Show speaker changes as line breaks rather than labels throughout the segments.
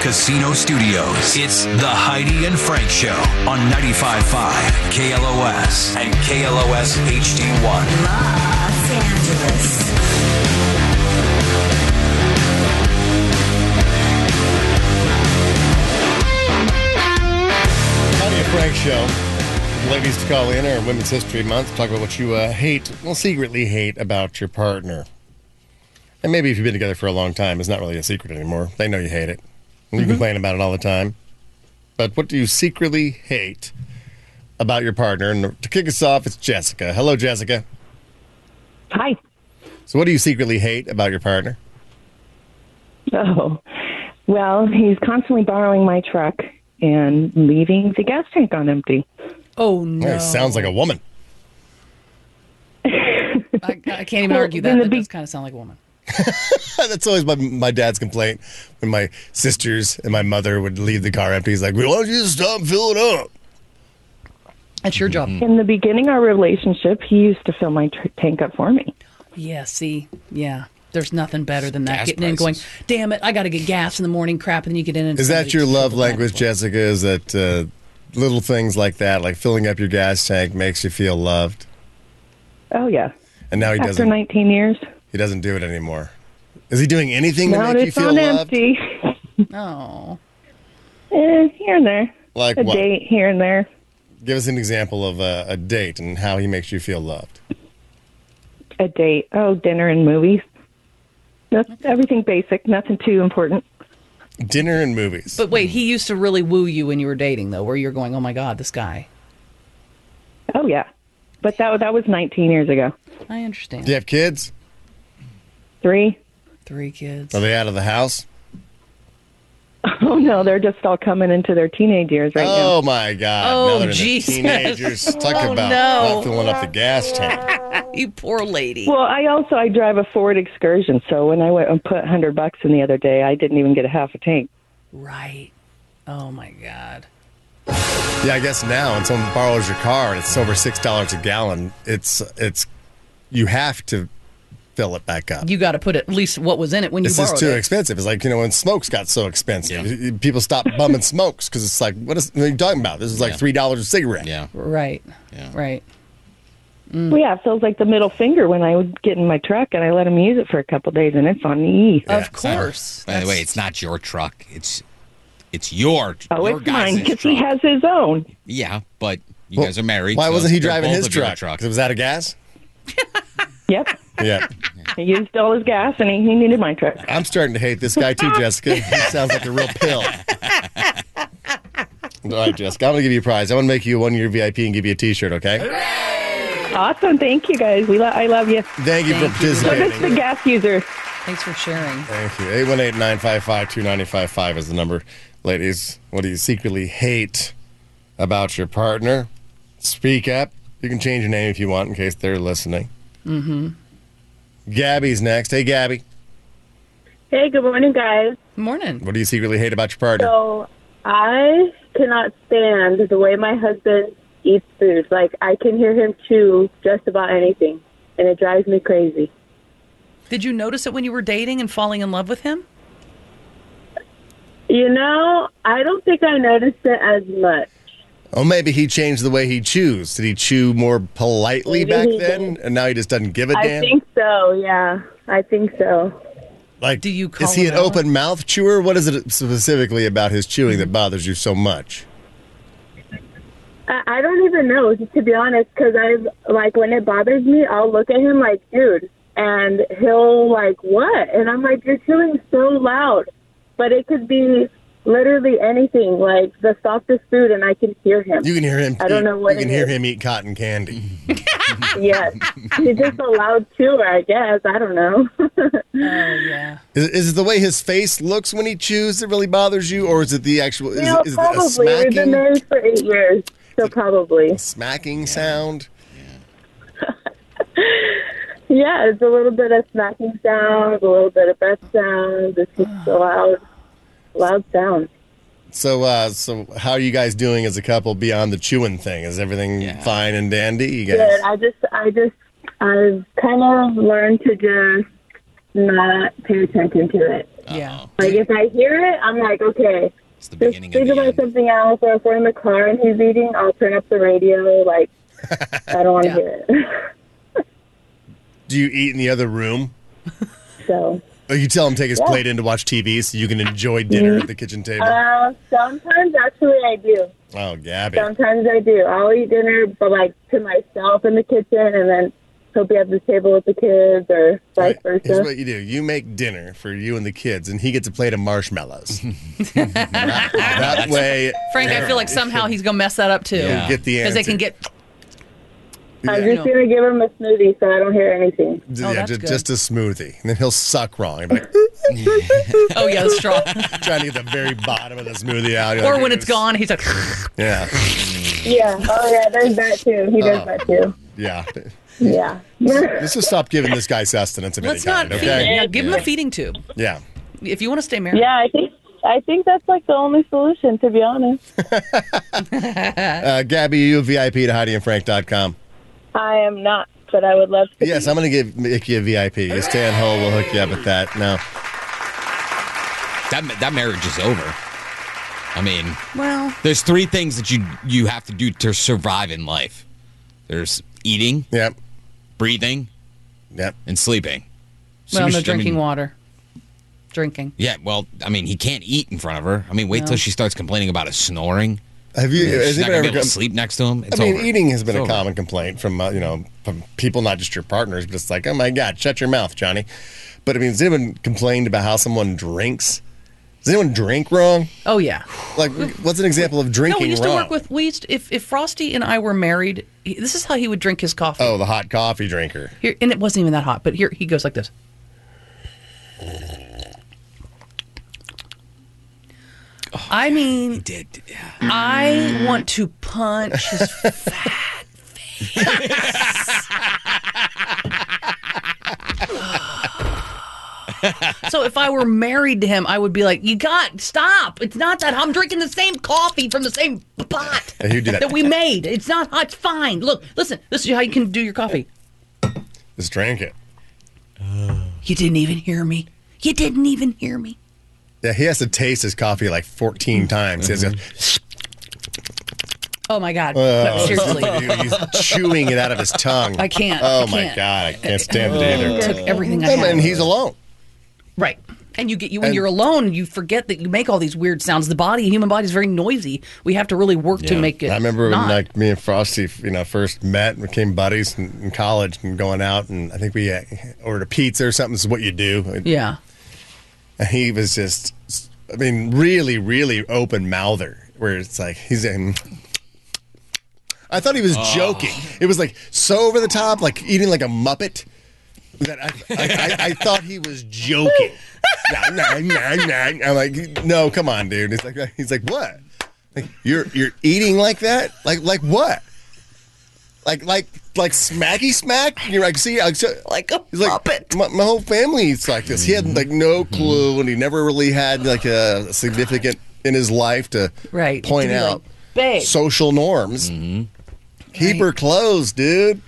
Casino Studios. It's the Heidi and Frank Show on 95.5 KLOS and KLOS HD1.
Los Angeles.
Howdy, and Frank Show. Ladies to call in or Women's History Month. Talk about what you uh, hate, well, secretly hate about your partner. And maybe if you've been together for a long time, it's not really a secret anymore. They know you hate it. And you complain about it all the time. But what do you secretly hate about your partner? And to kick us off, it's Jessica. Hello, Jessica.
Hi.
So, what do you secretly hate about your partner?
Oh, well, he's constantly borrowing my truck and leaving the gas tank on empty.
Oh no!
Hey, sounds like a woman.
I, I can't even
Well,
argue that.
then the
That
big-
does kind of sound like a woman.
That's always my, my dad's complaint when my sisters and my mother would leave the car empty. He's like, "Why don't you just stop filling up?"
That's your
Mm-hmm.
job.
In the beginning of our relationship, he used to fill my tr- tank up for me.
Yeah. See. Yeah. There's nothing better than that.
Gas
Getting in, and going,
prices.
damn it! I got to get gas in the morning. Crap, and then you get in. And
Is that
somebody-
your love language, Jessica? Is that uh, little things like that, like filling up your gas tank, makes you feel loved?
Oh, yeah.
And now he
After
doesn't.
19 years,
He doesn't do it anymore. Is he doing anything to
now
make you
it's
feel
on
loved?
empty.
Oh.
Eh, here and there.
Like
a
what?
date here and there.
Give us an example of a, a date and how he makes you feel loved.
A date. Oh, dinner and movies. That's everything basic, nothing too important.
Dinner and movies.
But wait, he used to really woo you when you were dating, though, where you're going, oh my god, this guy.
Oh, yeah. But that, that was 19 years ago.
I understand.
do you have kids?
Three.
Three kids.
Are they out of the house?
Oh, no, they're just all coming into their teenage years right now.
Oh my God!
Oh,
now they're in their
Jesus.
Teenagers talk
Oh,
about
no.
not filling up the gas tank.
You poor lady.
Well, I also I drive a Ford Excursion, so when I went and put hundred bucks in the other day, I didn't even get a half a tank.
right. Oh my god.
Yeah, I guess now when someone borrows your car and it's over six dollars a gallon, it's it's you have to fill it back up.
You got to put at least what was in it when you
this is
borrowed
too
it.
expensive. It's like you know when smokes got so expensive, y- y- people stopped bumming smokes because it's like what, is, what are you talking about? This is like
Yeah.
three dollars a cigarette.
Yeah.
right.
Yeah.
Right.
Hmm.
Well, yeah, it feels like the middle finger when I would get in my truck and I let them use it for a couple days, and it's on the E.
Uh,
of course.
By the way, it's not your truck. It's it's your
oh,
your
it's
guy's
mine because he
truck.
has his own.
Yeah, but you
Well,
guys are married.
Why
so
wasn't he
they're
driving
both
his
of your
truck? 'Cause It was out of gas.
Yep,
Yeah,
he used all his gas, and he, he needed my truck.
I'm starting to hate this guy too, Jessica. He sounds like a real pill. All right, Jessica, I'm gonna give you a prize. I'm gonna make you a one-year VIP and give you a T-shirt. Okay?
Awesome, thank you guys. We lo- I love you.
Thank you for
Thank
So
you.
this is the
participating.
gas user.
Thanks for sharing.
Thank you. 818-955-2955 is the number, ladies. What do you secretly hate about your partner? Speak up. You can change your name if you want in case they're listening. Mm-hmm. Gabby's next. Hey, Gabby.
Hey, good morning, guys.
Morning.
What do you secretly hate about your partner?
So I cannot stand the way my husband eats food. Like I can hear him chew just about anything, and it drives me crazy.
Did you notice it when you were dating and falling in love with him?
You know, I don't think I noticed it as much.
Oh, maybe he changed the way he chews. Did he chew more politely
Maybe
back
he
then, and now he just doesn't give a
I
damn?
think so. Yeah, I think so.
like,
Do you
is
call
he
him
an
out?
open mouth chewer? What is it specifically about his chewing
Mm-hmm.
that bothers you so much?
I, I don't even know to be honest, because I've like when it bothers me, I'll look at him like, dude, and he'll like what, and I'm like, you're chewing so loud, but it could be literally anything, like the softest food, and I can hear him.
You can hear him.
I don't
eat-
know what
you can
it
hear
is.
him eat cotton candy.
yes, he's just a loud chewer, I guess. I don't know.
Oh yeah.
Is, is it the way his face looks when he chews that really bothers you, or is it the actual is,
you know,
is it a
probably we've been
smacking
married for eight years, so probably.
smacking sound?
Yeah, it's a little bit of smacking sounds, a little bit of breath sounds. It's just a loud, loud sound.
So, uh, so how are you guys doing as a couple beyond the chewing thing? Is everything
Yeah.
fine and dandy? You guys,
But I just, I just, I've kind of learned to just not pay attention to it.
Yeah.
Like if I hear it, I'm like, okay.
It's the
Just
beginning of
think
the
about
end.
something else, or if we're in the car and he's eating, I'll turn up the radio. Like, I don't want to
Yeah.
hear it.
Do you eat in the other room?
so,
Or you tell him to take his plate in to watch TV so you can enjoy dinner at the kitchen table?
uh, sometimes actually I do.
oh, Gabby.
Sometimes I do. I'll eat dinner, but like to myself in the kitchen, and then he'll be at the table with the kids, or vice
Right. Here's
versa.
what you do. You make dinner for you and the kids, and he gets a plate of marshmallows. that way,
Frank, I feel like somehow he's gonna mess that up too.
Yeah.
get the
Because
answer.
they can get
I'm
Yeah.
just gonna give him a smoothie, so I don't hear anything.
Oh,
yeah,
that's
just,
good.
just a smoothie. And then he'll suck wrong. He'll be like,
oh yeah, the straw.
trying to get the very bottom of the smoothie out. You're
or
like,
when it's gone, he's like
Yeah.
Yeah. Oh yeah. There's that too. He does that too.
Yeah.
Yeah.
Let's just stop giving this guy sustenance of
Let's
any
not
kind,
feed
okay?
him. Yeah, give him
Yeah.
a feeding tube.
Yeah.
If you want to stay married.
yeah. I think I think that's like the only solution, to be honest.
Uh, Gabby, you a VIP to HeidiandFrank.com.
I am not, but I would love to.
Yes, I'm going to give make you a VIP. You stay on hold. We'll hook you up with that. No.
That ma- that marriage is over. I mean,
Well,
there's three things that you you have to do to survive in life. There's eating,
Yep.
breathing,
Yep.
and sleeping. So
well,
you
no
should- I mean,
drinking water. Drinking.
Yeah, well, I mean, he can't eat in front of her. I mean, wait till she starts complaining about his snoring.
Have you?
She's
Has
not
anybody
gonna be
ever
able
come,
to sleep next to him. It's
I mean,
over.
eating has been
It's
a
over.
common complaint from uh, you know from people, not just your partners, but it's like, oh my god, shut your mouth, Johnny. But I mean, has anyone complained about how someone drinks? Does anyone drink wrong?
Oh yeah.
Like, what's an example of
No,
drinking
we used
wrong?
to work with we used if if Frosty and I were married, he, this is how he would drink his coffee.
oh, the hot coffee drinker.
Here, and it wasn't even that hot, but here he goes like this.
Oh.
I mean,
Did- did- yeah.
I want to punch his fat face. so if I were married to him, I would be like, "You got stop! It's not that hot. I'm drinking the same coffee from the same pot
Yeah, you do that.
we made. It's not hot. It's fine. Look, listen. This is how you can do your coffee.
Just drink it.
You didn't even hear me. You didn't even hear me.
Yeah, he has to taste his coffee like
Mm-hmm.
14 times. He has to-
Oh my god!
Uh,
No, seriously,
he's chewing it out of his tongue.
I can't.
Oh
I
my
can't.
god, I can't stand it either.
took everything I
And then
had.
he's alone.
Right. And you get you when
And-
you're alone, you forget that you make all these weird sounds. The body, human body, is very noisy. We have to really work to
Yeah.
make it.
I remember when
not.
like me and Frosty, you know, first met and became buddies in, in college and going out, and I think we uh, ordered a pizza or something. This is what you do.
yeah.
And he was just, I mean, really, really open mouther, where it's like he's in. I thought he was joking. It was like so over the top, like eating like a muppet. That I, I, I, I thought he was joking. Nah, nah, nah, nah. I'm like, no, come on, dude. He's like, he's like, what? Like, you're you're eating like that? Like like what? Like like like smacky smack? You're like, see, like, so,
Like a
He's like,
puppet.
My, my whole family's like this. He had like no clue, and he never really had like a significant in his life to
Right.
point
To be like,
out
"Babe."
social norms. Keep her
Mm-hmm. Right.
closed, dude.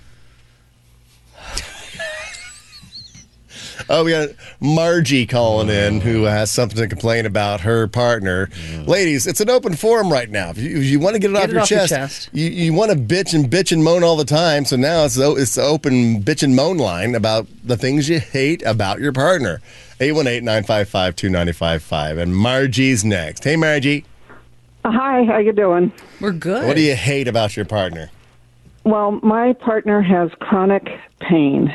Oh, we got Margie calling in who has something to complain about her partner. Ladies, it's an open forum right now. If you, if you want to get it, off,
Mm. it
your
off your
chest,
chest.
you, you want to bitch and bitch and moan all the time. So now it's the, it's the open bitch and moan line about the things you hate about your partner. 818 955 2955. And Margie's next. Hey, Margie,
Hi, how you doing?
We're good.
what do you hate about your partner?
Well, my partner has chronic pain,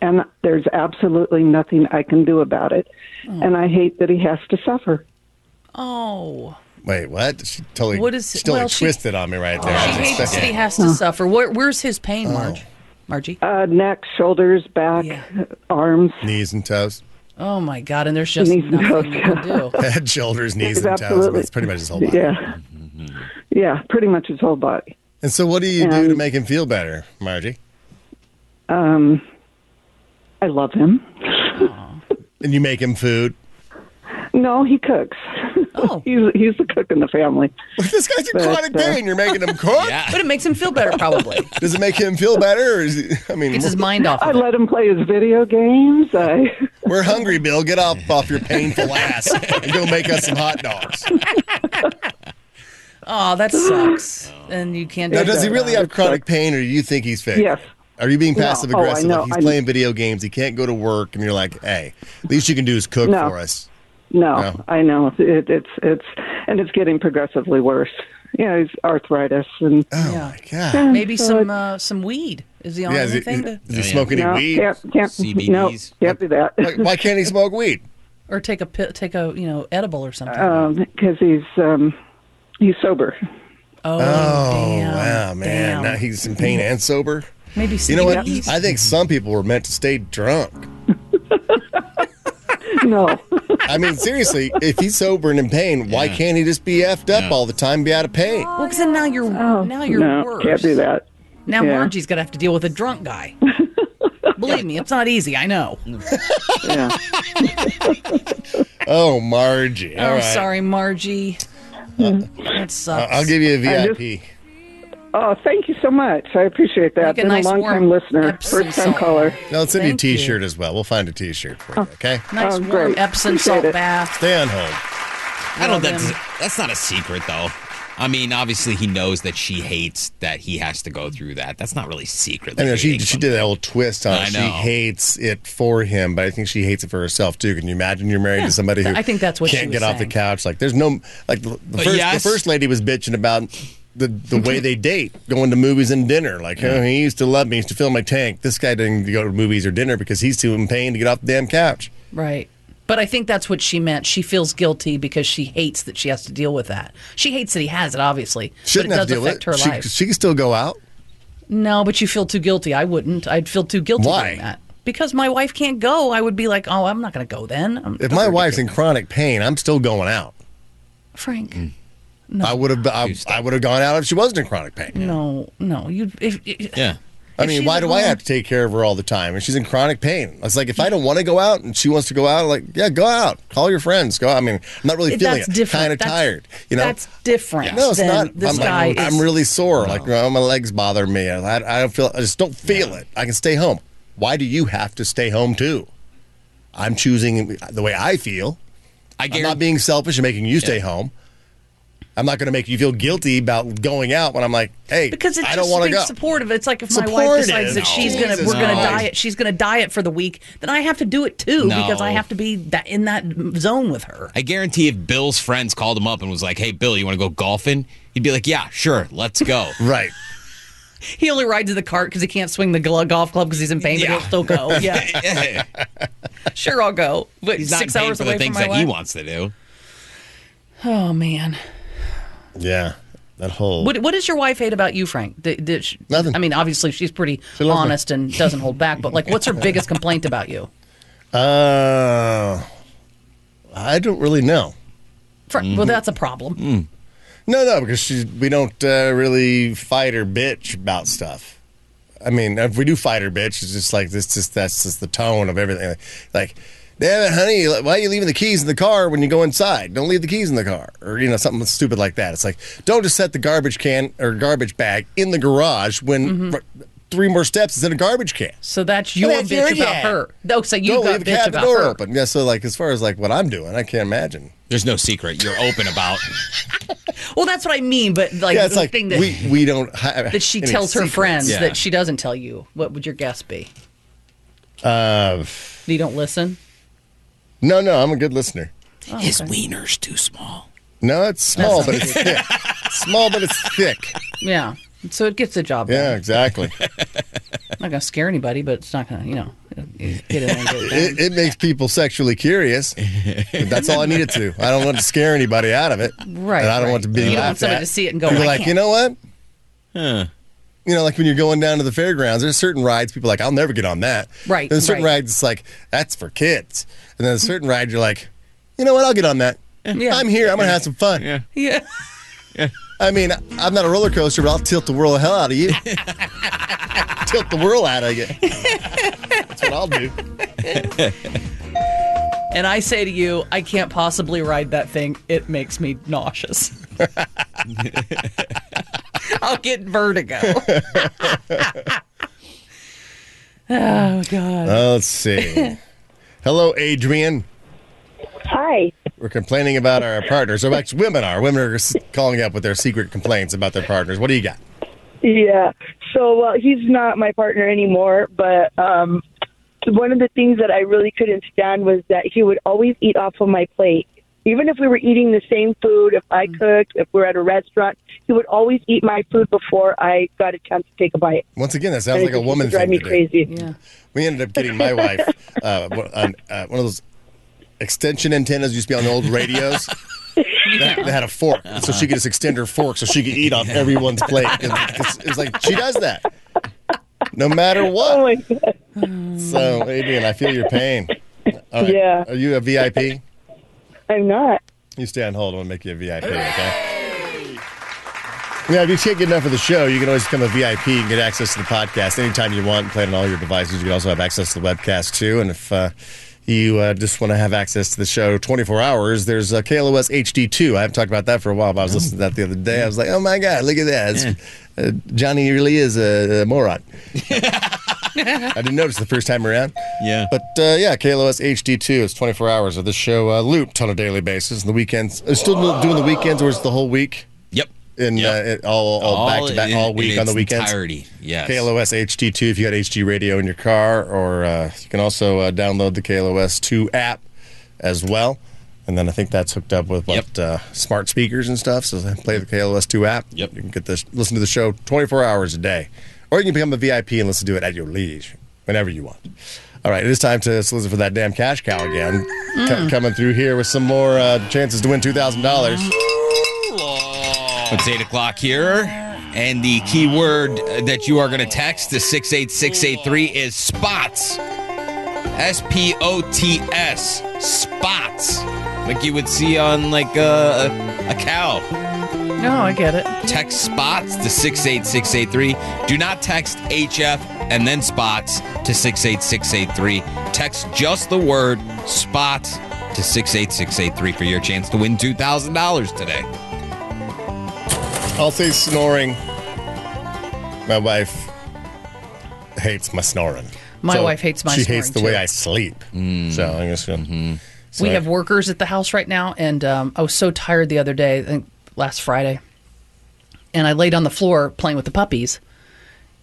and there's absolutely nothing I can do about it.
Hmm.
And I hate that he has to suffer.
Oh,
Wait, what? She totally,
What is-
she totally
well, she-
twisted on me right there. I
she
was
hates that
expecting-
he has to suffer. Where, where's his
Oh.
pain, Marge? Margie.
Uh, neck, shoulders, back,
Yeah.
arms.
Knees and toes.
Oh my God! And there's just
Needs
nothing
no-
you can do.
Head, shoulders, knees,
It's
and toes.
absolutely-
That's pretty much his whole body. Mm-hmm.
Yeah. Yeah, pretty much his whole body.
And so, what do you do
And-
to make him feel better, Margie?
I love him.
And you make him food.
No, he cooks.
Oh.
he's, he's the cook in the family.
this guy's in
But,
chronic
uh,
pain. You're making him cook.
Yeah.
But it makes him feel better, probably.
Does it make him feel better? Or is he, I mean,
Gets his mind off.
I
Of it.
let him play his video games. I
We're hungry, Bill. Get up off your painful ass and go make us some hot dogs.
Oh, that sucks. And you can't.
Now,
do
does he
that.
really have chronic pain, or do you think he's fake?
Yes.
Are you being
No.
passive
Oh, I
aggressive?
know.
Like he's
I'm-
playing video games. He can't go to work, and you're like, "Hey, least you can do is cook
No.
for us."
No,
No.
I know it, it's it's and it's getting progressively worse. You know, it's arthritis and
Oh
Yeah.
my god!
Maybe some uh, some weed is the only
Yeah, is he,
thing,
is
to,
he
yeah.
smoking
no,
any weed?
can't, can't, no,
CBDs.
can't do that
Like, why can't he smoke weed?
or take a pill, take a you know edible or something.
because he's um, he's sober.
oh,
Oh
damn,
wow, man!
damn.
Now he's in pain and sober.
Maybe
You know what?
CBDs.
I think some people were meant to stay drunk.
No,
I mean, seriously, if he's sober and in pain, why can't he just be effed up
Yeah.
all the time, be out of pain?
Well, 'cause then now you're now you're
Oh. no,
worse.
can't do that.
Now
Yeah.
Margie's gonna have to deal with a drunk guy. Believe me, it's not easy. I know.
Yeah.
Oh, Margie! All
oh,
right.
sorry, Margie.
Mm-hmm.
that sucks.
I'll give you a
I
VIP.
just- oh, thank you so much. I appreciate that.
Make a
Been
nice
a long
warm
time listener,
Epsom
first time
salt.
caller.
No, let's send you a
Thank you.
T-shirt as well. We'll find a T-shirt for you. Okay,
nice
Oh,
warm
great.
Epsom
Appreciate
salt
it.
bath.
stay on hold.
I
Love
don't. That's,
him.
that's not a secret, though. I mean, obviously, he knows that she hates that he has to go through that. That's not really secret.
I know
like
she
hating
she did that old twist on
I
it. She
know.
hates it for him, but I think she hates it for herself too. Can you imagine you're married to somebody who
I think that's what she
can't
was
get off the
saying.
couch? Like there's no like the, the
Uh,
first
yes.
the first lady was bitching about the the way they date, going to movies and dinner. Like oh, he used to love me, he used to fill my tank. This guy didn't go to movies or dinner because he's too in pain to get off the damn couch.
Right. But I think that's what she meant. She feels guilty because she hates that she has to deal with that. She hates that he has it, obviously.
Shouldn't
but it
have
does
to deal
affect
with it.
her
She-
life.
She, can still go out.
No, but you feel too guilty. I wouldn't. I'd feel too guilty
Why?
doing that. Because my wife can't go, I would be like, oh, I'm not going to go then. I'm-
If my wife's in chronic pain, I'm still going out.
Frank,
Mm. I would have I, I would have gone out if she wasn't in chronic pain.
no, no. You, if, if,
Yeah.
I
If
mean,
she's
why
at
do I
home-
have to take care of her all the time? And she's in chronic pain. It's like if I don't want to go out and she wants to go out, like yeah, go out, call your friends, go. out. I mean, I'm not really feeling
that's
it.
different.
Kind of
That's-
tired, you know.
That's different.
no, it's
than
not.
This
I'm,
guy
like,
is,
I'm really sore. Like oh, my legs bother me. I, I don't feel. I just don't feel it. I can stay home. Why do you have to stay home too? I'm choosing the way I feel.
I
I'm not
guarantee.
being selfish and making you stay home. I'm not going to make you feel guilty about going out when I'm like, hey,
because it's
I don't
just
want to
being
go.
supportive. It's like if my wife decides
Supportive?
that she's
No.
gonna
Jesus
we're gonna
Christ.
diet, she's gonna diet for the week, then I have to do it too
No.
because I have to be that in that zone with her.
I guarantee if Bill's friends called him up and was like, "Hey, Bill, you want to go golfing?" He'd be like, "Yeah, sure, let's go."
Right.
He only rides the cart because he can't swing the gl- golf club because he's in pain, but
Yeah.
he'll still go. Yeah,
He's
sure, I'll go. But
not
six
paying
hours
for
away
the things
from my
that
wife.
he wants to do.
Oh man,
Yeah. That whole.
what what does your wife hate about you, Frank? Th- did she-
Nothing.
I mean, obviously she's pretty
loves me.
honest and doesn't hold back. But like, what's her biggest complaint about you?
Uh, I don't really know.
Fra-
Mm-hmm.
Well, that's a problem.
Mm. No, no, because she, we don't uh, really fight or bitch about stuff. I mean, if we do fight or bitch, it's just like this. Just that's just the tone of everything. Like, damn it, honey, why are you leaving the keys in the car when you go inside? Don't leave the keys in the car, or you know something stupid like that. It's like, don't just set the garbage can or garbage bag in the garage when r- three more steps is in a garbage can.
So that's your
that's your
bitch about
dad.
her. Oh, so you
don't
got
leave the
bitch
cabinet
about
door
her.
open. Yeah, so like as far as like what I'm doing, I can't imagine.
There's no secret. You're open about.
Well, that's what I mean. But like
yeah,
the
it's like
thing that,
we we don't have
that she
any
tells her
secrets.
friends
Yeah.
that she doesn't tell you. What would your guess be?
Uh,
You don't listen.
no, no, I'm a good listener.
Oh,
His wiener's too small.
No, it's small, but it's thick. small, but it's thick.
Yeah. So it gets the job
Yeah,
done.
exactly.
I'm not gonna scare anybody, but it's not gonna, you know, get in there and get it done.
It, it makes people sexually curious. That's all I needed to. I don't want to scare anybody out of it.
Right,
And I don't
right.
want to be
You don't
laughed
want somebody
at.
to see it and go,
People
"I
like,
can't."
you know what? You know, like when you're going down to the fairgrounds, there's certain rides people are like, I'll never get on that.
Right,
Then certain
right.
rides it's like, that's for kids. And then a certain ride you're like, you know what, I'll get on that.
Yeah.
I'm here, I'm gonna have some fun.
Yeah.
I mean, I'm not a roller coaster, but I'll tilt the world the hell out of you. tilt the world out of you. That's what I'll do.
And I say to you, I can't possibly ride that thing. It makes me nauseous. I'll get vertigo. oh God.
Uh, let's see. Hello, Adrian.
Hi.
We're complaining about our partners. Or actually, women are. Women are s- calling up with their secret complaints about their partners. What do you got?
Yeah. So, well, he's not my partner anymore, but um, one of the things that I really couldn't stand was that he would always eat off of my plate. Even if we were eating the same food, if I
Mm.
cooked, if we were at a restaurant, he would always eat my food before I got a chance to take a bite.
Once again, that sounds like a woman
drive
thing.
me
to do.
crazy.
Yeah.
We ended up getting my wife uh, one- an, uh, one of those extension antennas used to be on the old radios. That, that had a fork, so she could just extend her fork so she could eat off everyone's plate. It's, it's like she does that, no matter
Oh
what.
my god!
So, Adrian, I feel your pain. All right.
Yeah.
Are you a VIP?
I'm not.
You stay on hold. I'm gonna make you a VIP. Okay. Yeah, if you can't get enough of the show, you can always become a VIP and get access to the podcast anytime you want. Play it on all your devices. You can also have access to the webcast too. And if uh, you uh, just want to have access to the show 24 hours, there's uh, KLOS HD2. I haven't talked about that for a while, but I was listening to that the other day. I was like, oh my god, look at that! It's- Uh, Johnny really is a, a moron. I didn't notice the first time around.
Yeah.
But uh, yeah, KLOS HD2 is 24 hours of this show uh, looped on a daily basis. And the weekends, uh, still do- doing the weekends, or is it the whole week?
Yep.
In
Yep.
uh, it, all, all, back to back,
in-
all
in
week on the
its
weekends.
Entirety. Yes.
KLOS HD2 if you got HD radio in your car, or uh, you can also uh, download the KLOS 2 app as well. And then I think that's hooked up with what
Yep.
uh, smart speakers and stuff. So play the KLOS 2 app.
Yep.
You can get this, listen to the show 24 hours a day, or you can become a VIP and listen to it at your leisure whenever you want. All right, it is time to solicit for that damn cash cow again. Co- coming through here with some more uh, chances to win two thousand dollars.
It's 8 o'clock here. And the key word uh, that you are going to text to 68683 is spots. S P O T S. Spots. Like you would see on like a, a, a cow.
No, I get it.
Text spots to 68683. Do not text HF and then spots to 68683. Text just the word spots to 68683 for your chance to win $2,000 today.
I'll say snoring. My wife hates my snoring.
My wife hates my
She hates
snoring,
the way
too.
I sleep. So I'm just gonna. so
we
I-
have workers at the house right now, and um, I was so tired the other day, I think last Friday, and I laid on the floor playing with the puppies,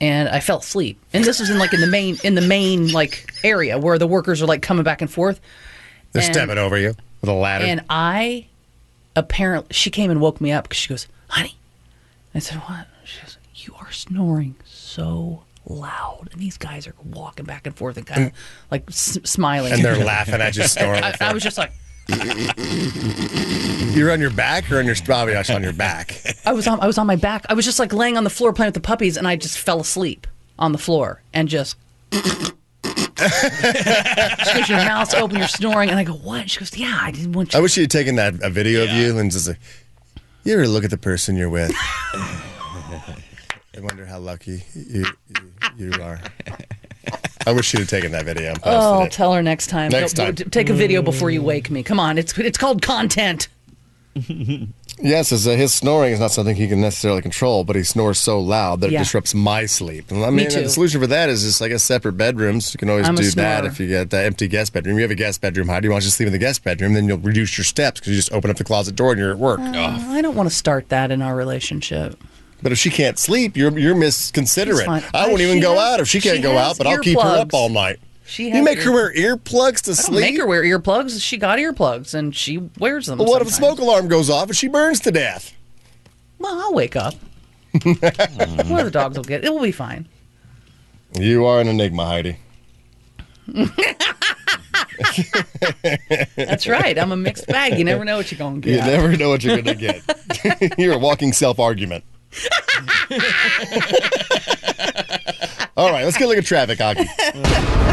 and I fell asleep. And this was in like in the main in the main like area where the workers are like coming back and forth,
They're
and-
stepping over you with a ladder.
and I apparently she came and woke me up because she goes, "Honey," I said, "What?" She goes, "You are snoring so." Loud, and these guys are walking back and forth and kind of like s- smiling.
Mm. and they're laughing at you snoring.
I, I was just like,
You're on your back or on your probably actually on your back.
I was on I was on my back. I was just like laying on the floor playing with the puppies and I just fell asleep on the floor and just She goes, Your mouth's open, you're snoring and I go, What? She goes, Yeah, I didn't want you
I wish you'd taken that a video of you and just like, you ever look at the person you're with. I wonder how lucky you you, you are. I wish you'd have taken that video and posted
Oh, I'll
it.
tell her next time.
Next
Don't-
time. Mm.
Take a video before you wake me. Come on, it's it's called content.
Yes, his, uh, his snoring is not something he can necessarily control, but he snores so loud that
Yeah.
it disrupts my sleep. And I mean,
too.
the solution for that is just, I guess, separate bedrooms. You can always
I'm a
do that
snorer.
if you get that empty guest bedroom. You have a guest bedroom. How do you want to sleep in the guest bedroom? Then you'll reduce your steps because you just open up the closet door and you're at work.
Uh, I don't want to start that in our relationship.
But if she can't sleep, you're you're misconsiderate.
It's fine.
I won't
Uh,
even
she
go
has-
out if she can't
she
go
has
out, but I'll keep her up
earplugs.
all night.
She
you
has
make her wear earplugs to
I don't
sleep.
make her wear earplugs. She got earplugs and she wears them.
Well, what if a
sometimes.
smoke alarm goes off and she burns to death?
Well, I'll wake up. One of the dogs will get it. It will be fine.
You are an enigma, Heidi.
That's right. I'm a mixed bag. You never know what you're going to
You
get.
never know what you're going to get. you're a walking self argument. All right, let's get a look at traffic, Aki.